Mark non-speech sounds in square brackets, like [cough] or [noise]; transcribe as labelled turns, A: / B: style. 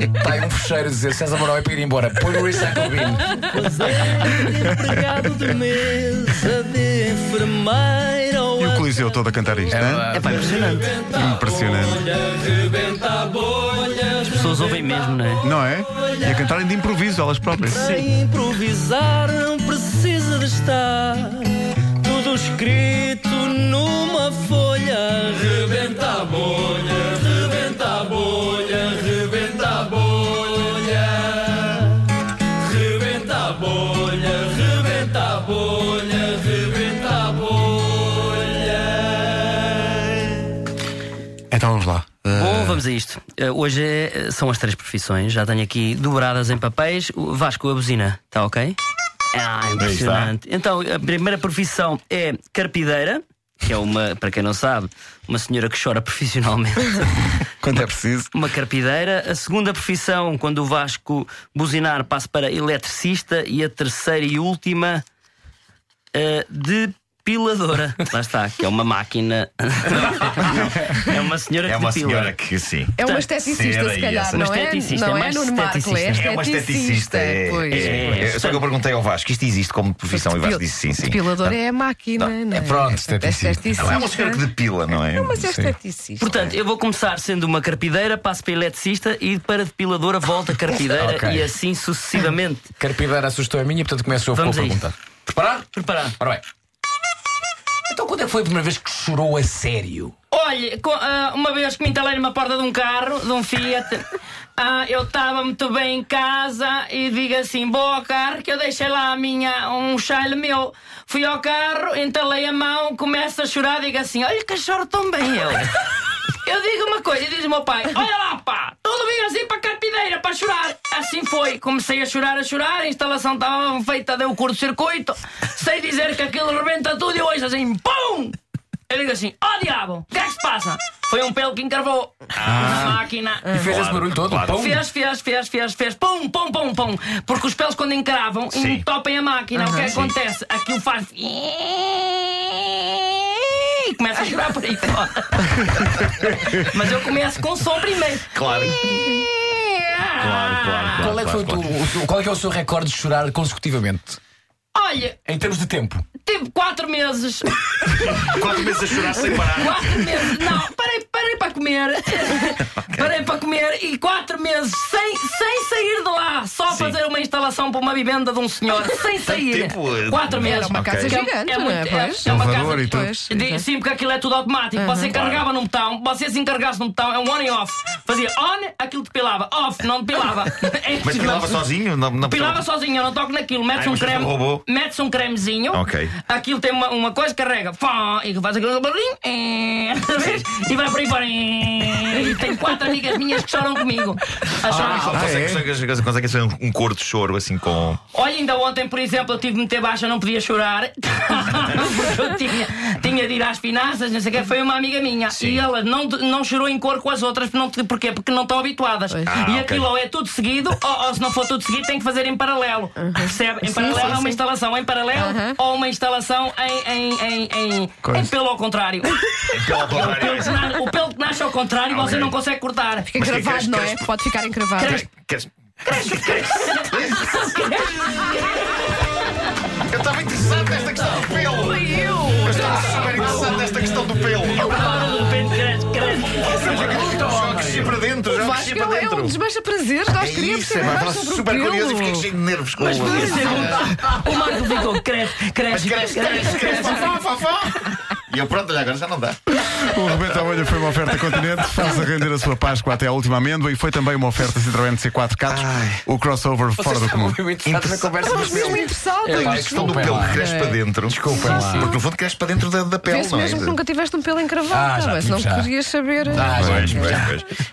A: Está aí um fecheiro a dizer César Mourão é para ir embora. Põe no recycle bin.
B: Pois é, empregado de mesa, de enfermeira ou
C: E o Coliseu todo a cantar isto, não
A: verdade.
C: é?
B: É pá, impressionante.
C: Impressionante.
B: As pessoas ouvem mesmo, não é?
C: Não é? E a cantarem de improviso elas próprias.
B: Sem improvisar não precisa de estar tudo escrito numa folha. Rebenta a bolha, rebenta a bolha, rebenta a bolha. Rebenta a bolha, rebenta a bolha, rebenta a bolha.
C: Então vamos lá.
D: Bom, vamos a isto. Eh, hoje eh, são as três profissões. Já tenho aqui dobradas em papéis. O Vasco, a buzina, está ok? Ah, impressionante. Então, a primeira profissão é carpideira, que é uma, para quem não sabe, uma senhora que chora [laughs] profissionalmente.
C: Quanto é preciso?
D: Uma carpideira. A segunda profissão, quando o Vasco buzinar, passa para eletricista. E a terceira e última, eh, depiladora. Lá está, que é uma máquina. [laughs] Não, é uma senhora
E: É
D: que
E: uma
D: depila.
E: senhora que sim.
F: É uma
D: Portanto,
F: esteticista, se
E: ser
F: calhar,
E: essa.
F: não
D: Uma
F: é?
D: esteticista,
F: não
D: é
F: é,
D: mais
F: Nuno Marco, é
D: esteticista.
E: É uma esteticista. é-
F: pois.
E: é- é- Só que eu perguntei ao Vasco, isto existe como profissão? E o Vasco disse sim, sim.
F: Depilador é a máquina, não, é?
A: pronto,
F: Portanto,
A: esteticista.
E: Não, é uma senhora que depila, não é?
F: Não, mas é
E: Sim.
F: esteticista.
D: Portanto, eu vou começar sendo uma carpideira, passo para eletricista e para depiladora volta carpideira
A: Ok.
D: e assim sucessivamente.
A: Carpideira assustou a minha, portanto começo eu com a
D: Vamos a
A: pergunta. Preparado?
D: Preparado.
A: Ora bem. Então quando é que foi a primeira vez que chorou a sério?
D: Olha, co- ah, uma vez que me entalei numa porta de um carro, de um Fiat, ah, eu estava muito bem em casa e digo assim: boa carro, que eu deixei lá a minha, um chale meu. Fui ao carro, entalei a mão, começo a chorar, digo assim: olha que choro tão bem [laughs] eu. Eu digo uma coisa, e diz o meu pai: Olha lá, pá, todo dia assim para a carpideira, para chorar. Assim foi, comecei a chorar, a chorar, a instalação estava feita, deu curto-circuito, sei dizer que aquilo rebenta tudo e hoje assim, pum! Eu digo assim: Ó diabo, o que é que se passa? Foi um pelo que encarvou na máquina.
A: E fez esse barulho todo?
E: claro.
A: Pum.
D: Fez, fez, fez, fez, fez. Pum, pum, pum, pum. Porque os pelos, quando encravam,
E: Sim.
D: entopem a máquina. o que é que acontece? Aquilo faz. E começa a chorar por aí
E: [laughs]
D: fora. Mas eu começo com som primeiro.
E: Claro. Claro, claro, claro.
A: Qual é, que foi o
E: claro,
A: teu- o teu- qual é que é o seu recorde de chorar consecutivamente?
D: Olha,
A: Em termos de tempo.
D: tive quatro meses.
E: claro. Quatro meses a chorar sem parar.
D: Quatro meses. Não, parei, parei para comer. Parei para comer e quatro meses sem, sem sair de lá. Só
E: Sim.
D: fazer uma instalação para uma vivenda de um senhor. Sem sair.
E: tempo, eh,
D: quatro meses.
F: Então, tipo, Era uma
E: Ok.
F: casa
E: É-
F: gigante, não é? Pois.
D: é uma
C: Elevador
D: casa-
C: Um e tudo.
F: Pois.
D: De- Sim, porque aquilo é tudo automático. Você carregava num botão, você se encarregasse num botão, é um on e off. Fazia on, aquilo depilava. Off, não depilava. É
E: Mas pilava
D: impressionante.
E: sozinho? Não, não
D: Pilava sozinho, eu não toco naquilo. Metes
E: Ai,
D: um
E: mas
D: creme.
E: tu roubou.
D: Metes um cremezinho.
E: Ok.
D: Aquilo tem uma, uma coisa, carrega. Fó, e faz aquele barulhinho. eh, outra vez, [laughs] E vai por aí fora. eh, E tem quatro amigas minhas que choram comigo. A chorar.
E: Ah, consegue, consegue, consegue ser um, um cor de choro assim com.
D: Olha, ainda ontem, por exemplo, eu tive de meter baixa, não podia chorar. [laughs] Porque eu tinha, tinha de ir às finanças, não sei o que. Foi uma amiga minha. E ela não, não chorou em cor com as outras. Não, porquê? Porque não estão habituadas.
F: Ah,
D: e
E: ok.
D: aquilo ou é tudo seguido, ou, ou se não for tudo seguido, tem que fazer em paralelo. Percebe? Em paralelo
F: Uhum. sim,
D: é uma
F: sim.
D: instalação em paralelo
F: Aham.
D: ou uma instalação em, em, em, em-
C: Coisa.
D: em pelo ao contrário.
E: Pelo contrário.
D: Pelo que na- o pelo que nasce ao contrário, você
E: Ok.
D: não consegue cortar.
F: Fica
E: Mas que é que queres-
F: encravado, não é?
E: queres-
F: Pode ficar encravado.
E: Queres- queres- Eu estava interessado nesta questão do pelo. Eu estava super interessado nesta questão do pelo.
D: De repente, cresce, cresce.
E: Eu cresci para dentro, já cresci
F: Vasco
E: para
F: é um
E: dentro.
F: desmancha prazeres, nós queríamos
E: é,
F: saber
E: mas
F: mais
E: estava
F: sobre o
E: super curioso e fiquei
F: pelo.
E: cheio de nervos com
D: Mas
E: o
D: podia ser
F: [laughs]
D: um- O Marco ficou, cresce,
E: Cresce,
D: cresce, cresce,
E: cresce, cresce, fafá, fafá. E eu pronto, olha, agora já não dá.
C: O Rebenta a Bolha foi uma oferta continente. Faça render a sua Páscoa até à última amêndoa e foi também uma oferta Citroën C4 Catos. O crossover fora do comum.
A: muito chato na conversa dos
F: Estamos mesmo
A: meus.
F: interessados.
A: É,
E: A
A: vai,
E: questão do
A: Desculpem
E: pelo
A: lá.
E: que cresce para dentro. Desculpa,
A: lá.
E: porque no fundo cresce para dentro da, da pele,
F: Vê-se
E: não é?
F: mesmo que nunca tiveste um pelo
A: Ah,
F: encravado,
A: já
F: não é?
A: tive,
F: Senão
A: já.
F: querias saber.
A: Ah, já
E: Pois,
F: né?
A: tive, já.
E: pois, pois.